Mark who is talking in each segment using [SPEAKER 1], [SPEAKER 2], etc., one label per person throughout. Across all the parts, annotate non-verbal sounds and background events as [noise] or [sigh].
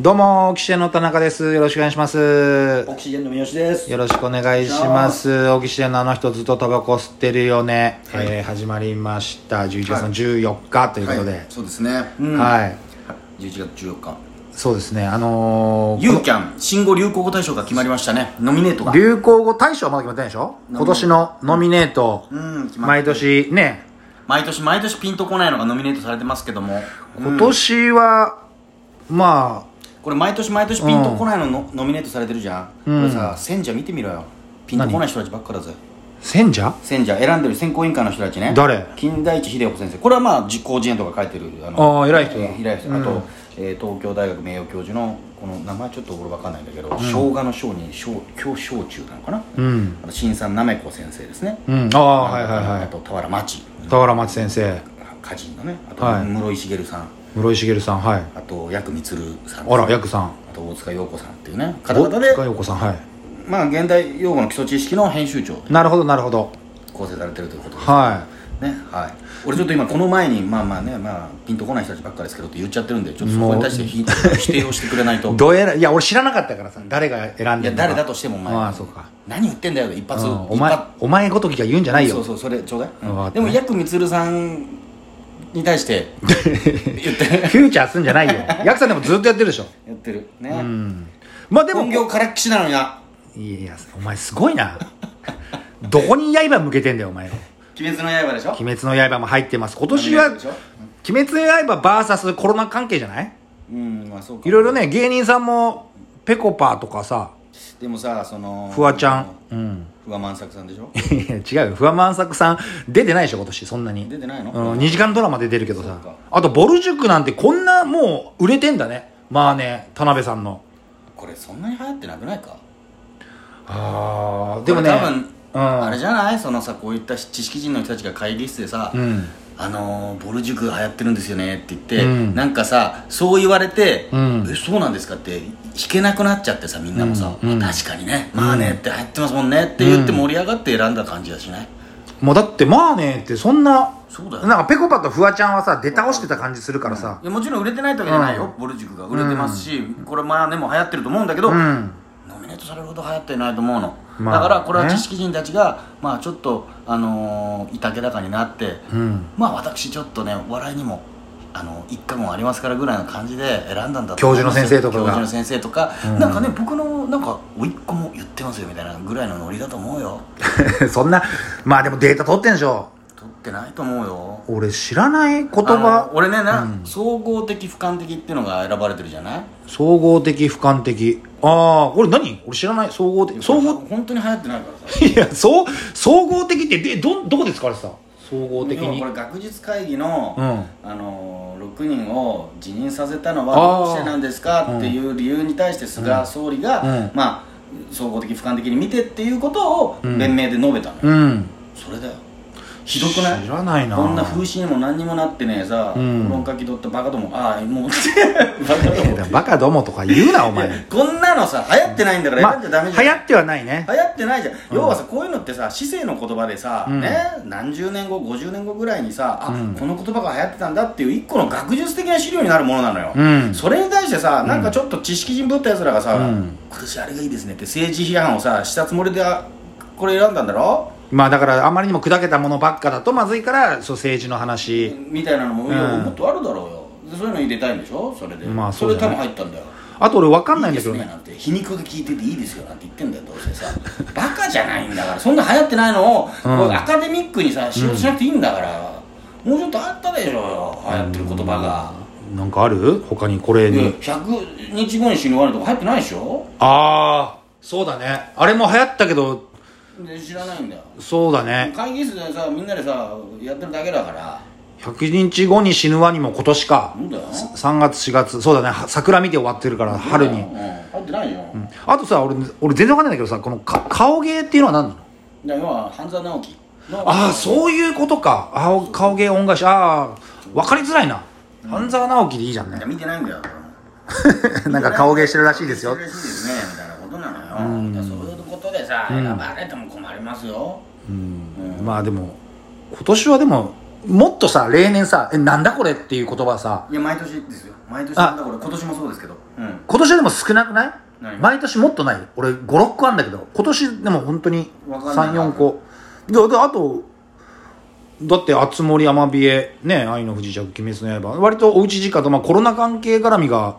[SPEAKER 1] どうも、オキシエンの田中です。よろしくお願いします。
[SPEAKER 2] オキシゲンの三好です。
[SPEAKER 1] よろしくお願いします。オキシエンのあの人ずっとタバコ吸ってるよね。
[SPEAKER 3] はい
[SPEAKER 1] えー始まりました。11月
[SPEAKER 3] は
[SPEAKER 1] の
[SPEAKER 3] い
[SPEAKER 1] 14日ということで。
[SPEAKER 3] はい、そうですね、
[SPEAKER 1] はい。
[SPEAKER 3] 11月14日
[SPEAKER 1] そうですね。あのー
[SPEAKER 3] ユーキャン新語・流行語大賞が決まりましたねノミネートが
[SPEAKER 1] 流行語大賞はまだ決まってないでしょ今年のノミネート。
[SPEAKER 3] うん決まっ
[SPEAKER 1] 毎年ね、
[SPEAKER 3] 毎年毎年ピンとこないのがノミネートされてますけども
[SPEAKER 1] 今年は、まあ、
[SPEAKER 3] これ毎年毎年ピンとこないののノミネートされてるじゃん、これさ選者見てみろよピンとこない人たちばっかだぜ
[SPEAKER 1] 選者
[SPEAKER 3] 選者選んでる選考委員会の人たちね
[SPEAKER 1] 誰
[SPEAKER 3] 金田一秀夫先生これはまあ実行自演とか書いてるあ
[SPEAKER 1] あー偉い人だ
[SPEAKER 3] えー偉い人あと、えー東京大学名誉教授のこの名前ちょっと俺わかんないんだけど、生姜の生に小京小中なのかな、
[SPEAKER 1] うん。
[SPEAKER 3] あと新さんなめこ先生ですね、
[SPEAKER 1] うん。ああ、はいはいは
[SPEAKER 3] あ
[SPEAKER 1] い。
[SPEAKER 3] と俵町
[SPEAKER 1] 田原町先生、
[SPEAKER 3] 歌人のねあと
[SPEAKER 1] はい
[SPEAKER 3] 室井茂さん
[SPEAKER 1] 室井茂さん、はい。
[SPEAKER 3] あと薬光さん
[SPEAKER 1] あら、ヤクさん。
[SPEAKER 3] あと大塚陽子さんっていうね方々で
[SPEAKER 1] 塚、陽子さん、はい。
[SPEAKER 3] まあ、現代用語の基礎知識の編集長で
[SPEAKER 1] なるほどなるほど
[SPEAKER 3] 構成されてるということです
[SPEAKER 1] は
[SPEAKER 3] ねはい、俺ちょっと今この前にまあまあねまあピンとこない人たちばっかですけどって言っちゃってるんでちょっとそこに対してひ否定をしてくれないと
[SPEAKER 1] いどえらいや俺知らなかったからさ誰が選んでんの
[SPEAKER 3] い
[SPEAKER 1] か
[SPEAKER 3] や誰だとしてもお前
[SPEAKER 1] ああそうか、
[SPEAKER 3] 何言ってんだよ一
[SPEAKER 1] う
[SPEAKER 3] 発、
[SPEAKER 1] ん、お
[SPEAKER 3] 一
[SPEAKER 1] 前
[SPEAKER 3] 発
[SPEAKER 1] お前ごときが言うんじゃないよ
[SPEAKER 3] そうそうそれちょうだい、うん
[SPEAKER 1] わかった
[SPEAKER 3] でもヤクミツルさんに対して言って
[SPEAKER 1] フューチャーすんじゃ
[SPEAKER 3] [laughs]
[SPEAKER 1] ないよヤクさんでもずっとやってるでしょ
[SPEAKER 3] やってるね、
[SPEAKER 1] うんまあでも
[SPEAKER 3] 本業からっきしなのにない
[SPEAKER 1] やお前すごいなどこに刃向けてんだよお前の
[SPEAKER 3] 「鬼滅の刃」でしょ
[SPEAKER 1] 鬼滅の刃も入ってます今年は
[SPEAKER 3] 鬼滅の刃でし
[SPEAKER 1] 鬼滅の刃 VS コロナ関係じゃない
[SPEAKER 3] うんまあそうか
[SPEAKER 1] いろいろね芸人さんもぺこぱとかさ
[SPEAKER 3] でもさその
[SPEAKER 1] フワちゃんうん
[SPEAKER 3] 不破万作さんでしょ
[SPEAKER 1] [laughs] いや違うよ不破万作さん出てないでしょ今年そんなに
[SPEAKER 3] 出てないの
[SPEAKER 1] うん、2時間ドラマで出るけどさ
[SPEAKER 3] そうか
[SPEAKER 1] あとボル塾なんてこんなもう売れてんだねまあね田辺さんの
[SPEAKER 3] これそんなに流行ってなくないか
[SPEAKER 1] あでもね
[SPEAKER 3] これ多分、
[SPEAKER 1] うん
[SPEAKER 3] あれじゃないそのさこういった知識人の人たちが会議室でさ、
[SPEAKER 1] うん
[SPEAKER 3] あのーボル塾流行ってるんですよねって言って、
[SPEAKER 1] うん
[SPEAKER 3] なんかさそう言われて、
[SPEAKER 1] うん
[SPEAKER 3] えそうなんですかって弾けなくなっちゃってさみんなもさ、
[SPEAKER 1] うんうん
[SPEAKER 3] 確かにねまあねって流行ってますもんねって言って盛り上がって選んだ感じがしない、
[SPEAKER 1] もうだってまあねってそんな
[SPEAKER 3] そうだよ
[SPEAKER 1] なんかぺこぱとフワちゃんはさ出倒してた感じするからさ
[SPEAKER 3] いやもちろん売れてないわけじゃないよ、ボル塾が売れてますし、これまあねもう流行ってると思うんだけど、
[SPEAKER 1] うん
[SPEAKER 3] ノミネートされるほど流行ってないと思うの、
[SPEAKER 1] まあ
[SPEAKER 3] だからこれは
[SPEAKER 1] ね
[SPEAKER 3] 知識人たちが、まあちょっとあのー、いたけだかになって、
[SPEAKER 1] うん
[SPEAKER 3] まあ私ちょっとね笑いにもあの一家もありますからぐらいの感じで選んだんだと
[SPEAKER 1] 教
[SPEAKER 3] 思
[SPEAKER 1] 授の先生とかが
[SPEAKER 3] 教授の先生とか、なんかね僕のなんか甥っ子も言ってますよみたいなぐらいのノリだと思うよ
[SPEAKER 1] [laughs] そんなまあでもデータ取ってんでしょ
[SPEAKER 3] 取ってないと思うよ
[SPEAKER 1] 俺知らない言
[SPEAKER 3] あの
[SPEAKER 1] 葉
[SPEAKER 3] 俺ねな、総合的俯瞰的っていうのが選ばれてるじゃない
[SPEAKER 1] 総合的俯瞰的ああ俺何俺知らない総合的総合
[SPEAKER 3] 本当に流行ってないからさ
[SPEAKER 1] いやそう総合的ってでどどこで使われてた総合的
[SPEAKER 3] 要は
[SPEAKER 1] に
[SPEAKER 3] これ学術会議の、
[SPEAKER 1] うん
[SPEAKER 3] あのー6人を辞任させたの
[SPEAKER 1] あー
[SPEAKER 3] はどうしてなんですかっていう理由に対して菅総理が、
[SPEAKER 1] うん
[SPEAKER 3] まあ、総合的俯瞰的に見てっていうことを弁明で述べたのよ、
[SPEAKER 1] うん
[SPEAKER 3] それだよひどくない
[SPEAKER 1] 知らないな
[SPEAKER 3] こんな風刺にも何にもなってねえさ、
[SPEAKER 1] うん
[SPEAKER 3] 論書き取ったバカどもああもう [laughs] バカども
[SPEAKER 1] だバカどもとか言うなお前
[SPEAKER 3] こんなのさ流行ってないんだから
[SPEAKER 1] ま
[SPEAKER 3] 選んじゃダメじゃん、
[SPEAKER 1] 流行ってはないね
[SPEAKER 3] 流行ってないじゃん、要はさこういうのってさ市政の言葉でさ、
[SPEAKER 1] ん
[SPEAKER 3] ね何十年後50年後ぐらいにさあ、
[SPEAKER 1] うん
[SPEAKER 3] この言葉が流行ってたんだっていう一個の学術的な資料になるものなのよ、
[SPEAKER 1] うん
[SPEAKER 3] それに対してさなんかちょっと知識人ぶったやつらがさ、
[SPEAKER 1] うん
[SPEAKER 3] 今年あれがいいですねって政治批判をさしたつもりであこれ選んだんだろ
[SPEAKER 1] まあだからあまりにも砕けたものばっかだとまずいからそう政治の話
[SPEAKER 3] みたいなのも、いや
[SPEAKER 1] うん
[SPEAKER 3] もっとあるだろうよでそういうの入れたいんでしょそれで、
[SPEAKER 1] まあ
[SPEAKER 3] そ
[SPEAKER 1] そう
[SPEAKER 3] れ
[SPEAKER 1] じゃ
[SPEAKER 3] 多
[SPEAKER 1] ない
[SPEAKER 3] 分入ったんだよ
[SPEAKER 1] あと俺分かんないんだ
[SPEAKER 3] です
[SPEAKER 1] けど
[SPEAKER 3] ね
[SPEAKER 1] ね
[SPEAKER 3] なんて皮肉が効いてていいですよなんて言ってんだよどうせさバカじゃないんだからそんな流行ってないのを、こうアカデミックにさ使用しなくていいんだから、もうちょっとあったでしょうよ流行ってる言葉
[SPEAKER 1] なんかある他にこれ
[SPEAKER 3] が、
[SPEAKER 1] に、
[SPEAKER 3] で100日後に死ぬわるとか流行ってないでしょ
[SPEAKER 1] ああそうだねあれも流行ったけど
[SPEAKER 3] で知らないんだよ
[SPEAKER 1] そうだね
[SPEAKER 3] 会議室でさみんなでさやってるだけだから
[SPEAKER 1] 100日後に死ぬワニも今年か
[SPEAKER 3] なんだよ
[SPEAKER 1] 3月4月そうだねは桜見て終わってるから春に
[SPEAKER 3] うん流行ってないよ、だか
[SPEAKER 1] あとさ俺俺全然わかんないんだけどさこのか顔芸っていうのは何なの
[SPEAKER 3] ら要は半沢直樹の
[SPEAKER 1] ああそういうことかあお顔芸恩返しああ分かりづらいな半沢直樹でいいじゃん
[SPEAKER 3] いや
[SPEAKER 1] ね
[SPEAKER 3] 見てないんだよ
[SPEAKER 1] [laughs] なんか顔芸してるらしいですよ
[SPEAKER 3] 珍しいですねみたいなことなのよ、だからそういうことでさ、選ばれても困りますよ、
[SPEAKER 1] まあでも今年はでももっとさ例年さ「えなんだこれ」っていう言葉さ
[SPEAKER 3] いや毎年ですよ毎年
[SPEAKER 1] あ
[SPEAKER 3] なんだこれ今年もそうですけどうん
[SPEAKER 1] 今年はでも少なくない
[SPEAKER 3] ない
[SPEAKER 1] 毎年もっとない俺56個あんだけど今年でも本当に
[SPEAKER 3] わかんないな
[SPEAKER 1] 34個であとあとだって「あつ森」「アマビエ」ね「愛の不時着」「鬼滅の刃」割とおうち時間と、まあ、コロナ関係絡みが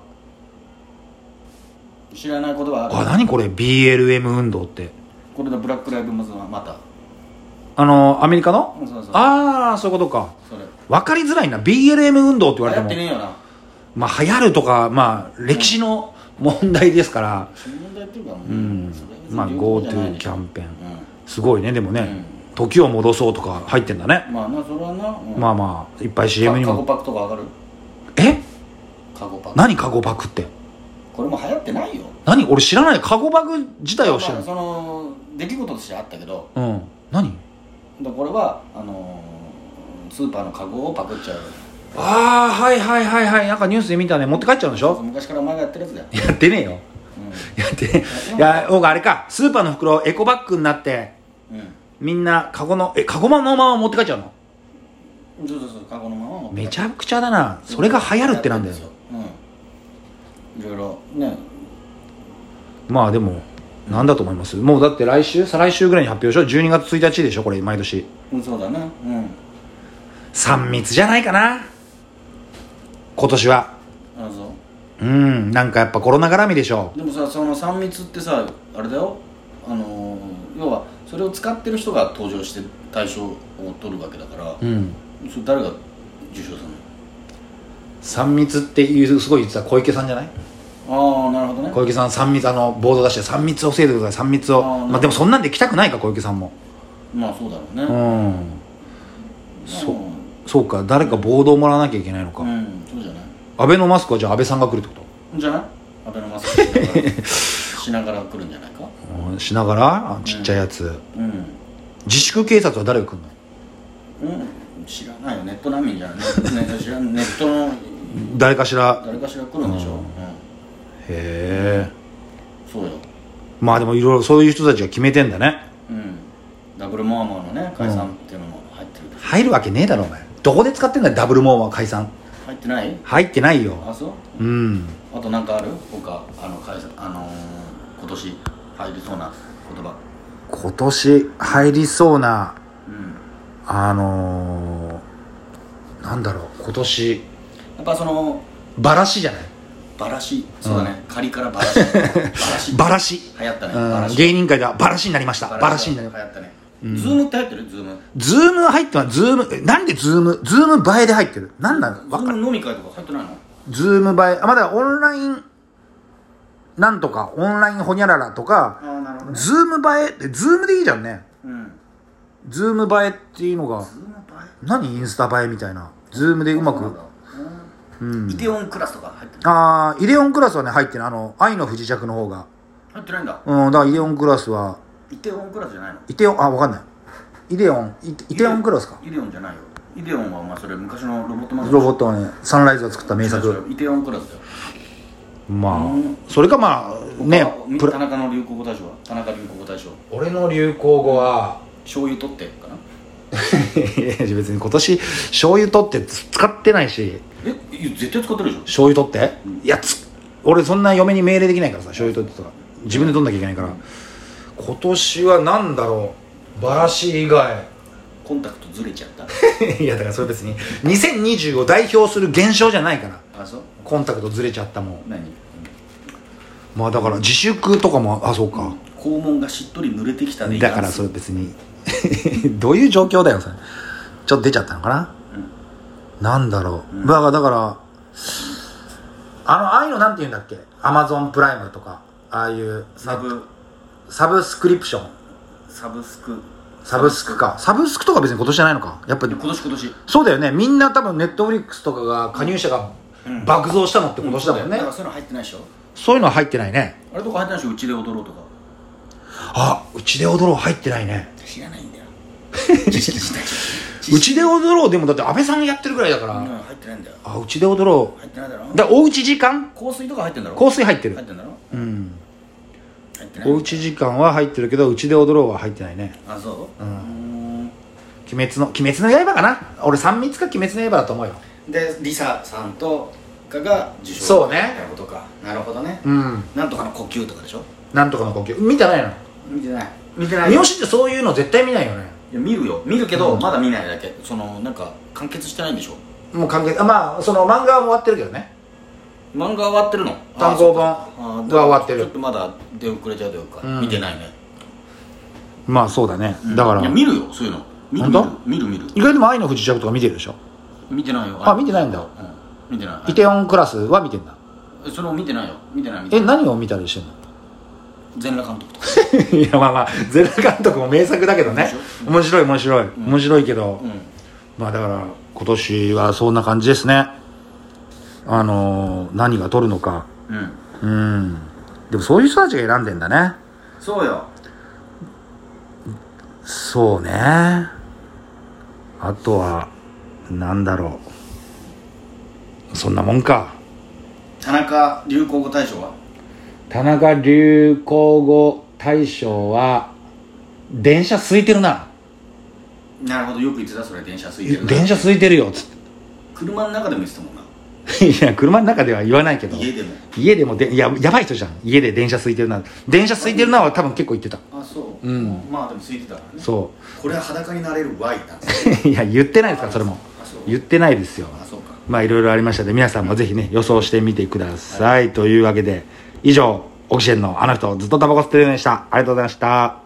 [SPEAKER 3] 知らない
[SPEAKER 1] 「
[SPEAKER 3] 言葉
[SPEAKER 1] あ
[SPEAKER 3] ある
[SPEAKER 1] 何これ BLM 運動」って
[SPEAKER 3] これでブラックライブマズはまた
[SPEAKER 1] あのアメリカの
[SPEAKER 3] うんそうそう
[SPEAKER 1] ああそういうことか
[SPEAKER 3] それ
[SPEAKER 1] 分かりづらいな BLM 運動って言われて
[SPEAKER 3] 流行っ
[SPEAKER 1] も
[SPEAKER 3] てねえよな
[SPEAKER 1] まあ流行るとかまあ歴史の問題ですから、
[SPEAKER 3] 問題っていうかもう
[SPEAKER 1] うん
[SPEAKER 3] それ別に
[SPEAKER 1] まあ
[SPEAKER 3] 流行じゃない
[SPEAKER 1] GoTo
[SPEAKER 3] でし
[SPEAKER 1] キ
[SPEAKER 3] ょ
[SPEAKER 1] ャンペーン
[SPEAKER 3] う
[SPEAKER 1] すごいねでもね、時を戻そうとか入ってんだね
[SPEAKER 3] んまあまあそれはなうん
[SPEAKER 1] まあまあいっぱい CM に
[SPEAKER 3] カゴ
[SPEAKER 1] も
[SPEAKER 3] パックとか上がる
[SPEAKER 1] え
[SPEAKER 3] カゴパック
[SPEAKER 1] 何カゴパクって
[SPEAKER 3] これも流行ってないよ
[SPEAKER 1] 何俺知らないカゴパク自体を知ら
[SPEAKER 3] ま
[SPEAKER 1] な
[SPEAKER 3] あ
[SPEAKER 1] い
[SPEAKER 3] その出来事としてあったけど
[SPEAKER 1] うん何
[SPEAKER 3] でこれはあのースーパーのカゴをパクっちゃう
[SPEAKER 1] ああはいはいはいはいなんかニュースで見たね持って帰っちゃうんでしょ
[SPEAKER 3] 昔からお前がやってるやつだよ、
[SPEAKER 1] やってねえよやってねえいや僕あれかスーパーの袋エコバッグになって
[SPEAKER 3] うん
[SPEAKER 1] みんなカゴのえカゴのまま持って帰っちゃうの
[SPEAKER 3] うんそうそうそうカゴのまま持って帰
[SPEAKER 1] め
[SPEAKER 3] る
[SPEAKER 1] ちゃくちゃだなそれが流行るってなんだよ
[SPEAKER 3] やってるんですようんいろいろね
[SPEAKER 1] まあでもなんだと思いますもうだって来週再来週ぐらいに発表でしょ12月1日でしょこれ毎年
[SPEAKER 3] うんそうだなうん
[SPEAKER 1] 3密じゃないかな今年は
[SPEAKER 3] あのそ
[SPEAKER 1] うんなんかやっぱコロナ絡みでしょ
[SPEAKER 3] うでもさその三密ってさあれだよあのー要はそれを使ってる人が登場して対象を取るわけだから、
[SPEAKER 1] うん
[SPEAKER 3] それ誰が受賞する
[SPEAKER 1] 3密っていうすごい言ってた小池さんじゃない
[SPEAKER 3] のああなるほどね
[SPEAKER 1] 小池さん3密あのボード出して3密を防いでください3密を
[SPEAKER 3] あーなるほど
[SPEAKER 1] まあでもそんなんで来たくないか小池さんも
[SPEAKER 3] まあそうだろうね、
[SPEAKER 1] う
[SPEAKER 3] あ
[SPEAKER 1] ん
[SPEAKER 3] の
[SPEAKER 1] そうそうか誰かボードをもらわなきゃいけないのか、
[SPEAKER 3] うんそうじゃない
[SPEAKER 1] 安倍のマスクはじゃあ安倍さんが来るってこと
[SPEAKER 3] じゃないアベノマスクしながら
[SPEAKER 1] [laughs]
[SPEAKER 3] しながら来るんじゃないか
[SPEAKER 1] うんしながらあちっちゃいやつ、
[SPEAKER 3] うん、
[SPEAKER 1] 自粛警察は誰が来るの
[SPEAKER 3] うん、知らないよネット難民じゃない、ね、知らんネットの
[SPEAKER 1] 誰かしら
[SPEAKER 3] 誰かしら来るんでしょ、うん
[SPEAKER 1] へえ
[SPEAKER 3] そうよ、
[SPEAKER 1] まあでもいろいろそういう人たちが決めてんだね
[SPEAKER 3] うん、ダブルモアモアのね解散っていうのも入ってる、
[SPEAKER 1] 入るわけねえだろお前どこで使ってんだよダブルモーは解散
[SPEAKER 3] 入ってない
[SPEAKER 1] 入ってないよ
[SPEAKER 3] あそ
[SPEAKER 1] う
[SPEAKER 3] う
[SPEAKER 1] ん
[SPEAKER 3] あとなんかある他あの解散あのー、今年入りそうな言葉
[SPEAKER 1] 今年入りそうな
[SPEAKER 3] うん
[SPEAKER 1] あのー、なんだろう今年
[SPEAKER 3] やっぱその
[SPEAKER 1] バラシじゃない
[SPEAKER 3] バラシそうだね、仮からバラ
[SPEAKER 1] [laughs]
[SPEAKER 3] シバラシ
[SPEAKER 1] バラシ、
[SPEAKER 3] 流行ったねバラ
[SPEAKER 1] うん、
[SPEAKER 3] シ
[SPEAKER 1] 芸人界ではバラシになりましたバラシになり
[SPEAKER 3] 流
[SPEAKER 1] まし
[SPEAKER 3] 行ったね、ズームって入ってるズーム
[SPEAKER 1] たズーム入ってますズームえなんでズームズーム映えで入ってるなんなの
[SPEAKER 3] ズ
[SPEAKER 1] わ
[SPEAKER 3] ーム飲み会とか入ってないの
[SPEAKER 1] ズーム映えあまだオンラインなんとかオンラインほにゃららとか、
[SPEAKER 3] ああなるほどね
[SPEAKER 1] ズーム映えってズームでいいじゃんね
[SPEAKER 3] うん
[SPEAKER 1] ズーム映えっていうのが
[SPEAKER 3] ズーム映
[SPEAKER 1] 何インスタ映えみたいなズームで
[SPEAKER 3] え
[SPEAKER 1] うま
[SPEAKER 3] そうな
[SPEAKER 1] く
[SPEAKER 3] んだイテオンクラスとか入ってる
[SPEAKER 1] ああイデオンクラスはね入ってるあの愛の不時着の方が
[SPEAKER 3] 入ってないんだ
[SPEAKER 1] うんだからイデオンクラスは
[SPEAKER 3] イテオンクラスじゃないの
[SPEAKER 1] イテオンあわかんないイデオンイイテオンクラスか
[SPEAKER 3] イデオンじゃないよイデオンはお前それ昔のロボットマ
[SPEAKER 1] ロボットはねサンライズが作った名
[SPEAKER 3] 違う
[SPEAKER 1] 作
[SPEAKER 3] 違うイテオンクラスだよ
[SPEAKER 1] ま
[SPEAKER 3] うん
[SPEAKER 1] あそれかまあね
[SPEAKER 3] 他
[SPEAKER 1] プ
[SPEAKER 3] 田
[SPEAKER 1] ラ
[SPEAKER 3] 中の流行語大賞は田中流行語大賞
[SPEAKER 1] 俺の流行語は
[SPEAKER 3] 醤油取ってかない
[SPEAKER 1] やいや別に今年醤油取って使ってないし
[SPEAKER 3] えいや絶対使ってるでし
[SPEAKER 1] 醤油取っていやつ俺そんな嫁に命令できないからさ醤油取ってとか自分で取んなきゃいけないから今年は何だろうバラシ以外
[SPEAKER 3] ょコンタクトずれちゃった
[SPEAKER 1] [laughs] いやだからそれ別に2020を代表する現象じゃないから
[SPEAKER 3] あそう
[SPEAKER 1] コンタクトずれちゃったもん
[SPEAKER 3] 何
[SPEAKER 1] まあだから自粛とかもあそうか
[SPEAKER 3] 肛門がしっとり濡れてきたで
[SPEAKER 1] だから
[SPEAKER 3] いかんす
[SPEAKER 1] それ別に [laughs] どういう状況だよそれちょっと出ちゃったのかな、なんだろう、だからだからあのああいうのなんて言うんだっけアマゾンプライムとかああいう
[SPEAKER 3] サブ
[SPEAKER 1] サブスクリプション
[SPEAKER 3] サブスク
[SPEAKER 1] サブスクかサブスクとか別に今年じゃないのかやっぱ
[SPEAKER 3] 今年今年
[SPEAKER 1] そうだよねみんな多分ネットフリックスとかが加入者が爆増したのって今年だもんね、
[SPEAKER 3] だからそういうの入ってないでしょ
[SPEAKER 1] そういうのは入ってないね
[SPEAKER 3] あれとか入ってないでしょうちで踊ろうとか
[SPEAKER 1] あうちで踊ろう入ってないね
[SPEAKER 3] 知らな
[SPEAKER 1] [laughs]
[SPEAKER 3] いんだよ
[SPEAKER 1] うちで踊ろうでもだって安倍さんがやってるぐらいだから、
[SPEAKER 3] うん入ってないんだよ
[SPEAKER 1] あうちで踊ろう
[SPEAKER 3] 入ってないだろ
[SPEAKER 1] だおうち時間
[SPEAKER 3] 香水とか入ってんだろ
[SPEAKER 1] 香水入ってる
[SPEAKER 3] 入ってんだろ
[SPEAKER 1] うん
[SPEAKER 3] 入ってない
[SPEAKER 1] おうち時間は入ってるけどうちで踊ろうは入ってないね
[SPEAKER 3] あそううーん
[SPEAKER 1] 鬼滅の「鬼滅の刃」かな俺三密か「鬼滅の刃」だと思うよ
[SPEAKER 3] でリサさんとかが受賞
[SPEAKER 1] そうね
[SPEAKER 3] なるほどかなるほどね
[SPEAKER 1] うん
[SPEAKER 3] なんとかの呼吸とかでしょ
[SPEAKER 1] なんとかの呼吸見てないの
[SPEAKER 3] 見てない
[SPEAKER 1] 見てない三好ってそういうの絶対見ないよね
[SPEAKER 3] いや見るよ見るけど、
[SPEAKER 1] うん
[SPEAKER 3] まだ見ないだけそのなんか完結してないんでしょ
[SPEAKER 1] もう完結あまあその漫画はもう終わってるけどね
[SPEAKER 3] 漫画は終わってるの
[SPEAKER 1] 単行本
[SPEAKER 3] あーそっかあー
[SPEAKER 1] が終わってる
[SPEAKER 3] ちょっとまだ出遅れちゃうというか、
[SPEAKER 1] うん
[SPEAKER 3] 見てないね
[SPEAKER 1] まあそうだね
[SPEAKER 3] うん
[SPEAKER 1] だから
[SPEAKER 3] いや見るよそういうの見る
[SPEAKER 1] 本
[SPEAKER 3] 見る見る見
[SPEAKER 1] 意
[SPEAKER 3] る
[SPEAKER 1] 外とも愛の不時着とか見てるでしょ
[SPEAKER 3] 見てないよ
[SPEAKER 1] あ見てないんだ
[SPEAKER 3] うん、見てない
[SPEAKER 1] イテオンクラスは見てんだ
[SPEAKER 3] えそれも見てないよ見てない見て
[SPEAKER 1] え
[SPEAKER 3] ない
[SPEAKER 1] 何を見たりしてんの
[SPEAKER 3] 全裸監督と
[SPEAKER 1] [laughs]
[SPEAKER 3] か
[SPEAKER 1] いやまあまあゼラ監督も名作だけどね面白い面白い面白いけど、
[SPEAKER 3] うん
[SPEAKER 1] まあだから今年はそんな感じですねあのー何が取るのか
[SPEAKER 3] うん
[SPEAKER 1] うんでもそういう人たちが選んでんだね
[SPEAKER 3] そうよ
[SPEAKER 1] そうねあとはなんだろうそんなもんか
[SPEAKER 3] 田中流行語大賞は
[SPEAKER 1] 田中流行語大賞は電車空いてるな
[SPEAKER 3] なるほどよく言ってたそれ電車空いてるな
[SPEAKER 1] 電車空いてるよっつっ
[SPEAKER 3] 車の中でも言ってたもんな
[SPEAKER 1] ていや車の中では言わないけど
[SPEAKER 3] 家でも
[SPEAKER 1] 家でもでややばい人じゃん家で電車空いてるな電車空いてるなは多分結構言ってた
[SPEAKER 3] あそう、
[SPEAKER 1] うん
[SPEAKER 3] まあでも空いてたからね
[SPEAKER 1] そ
[SPEAKER 3] これは裸になれるワインなんです
[SPEAKER 1] う [laughs] いや言ってないですからそれも
[SPEAKER 3] あそう
[SPEAKER 1] 言ってないですよ
[SPEAKER 3] あそうか
[SPEAKER 1] まあいろいろありましたので皆さんもぜひね予想してみてください、というわけで以上オキシエンのあの人ずっとタバコ吸ってるようでしたありがとうございました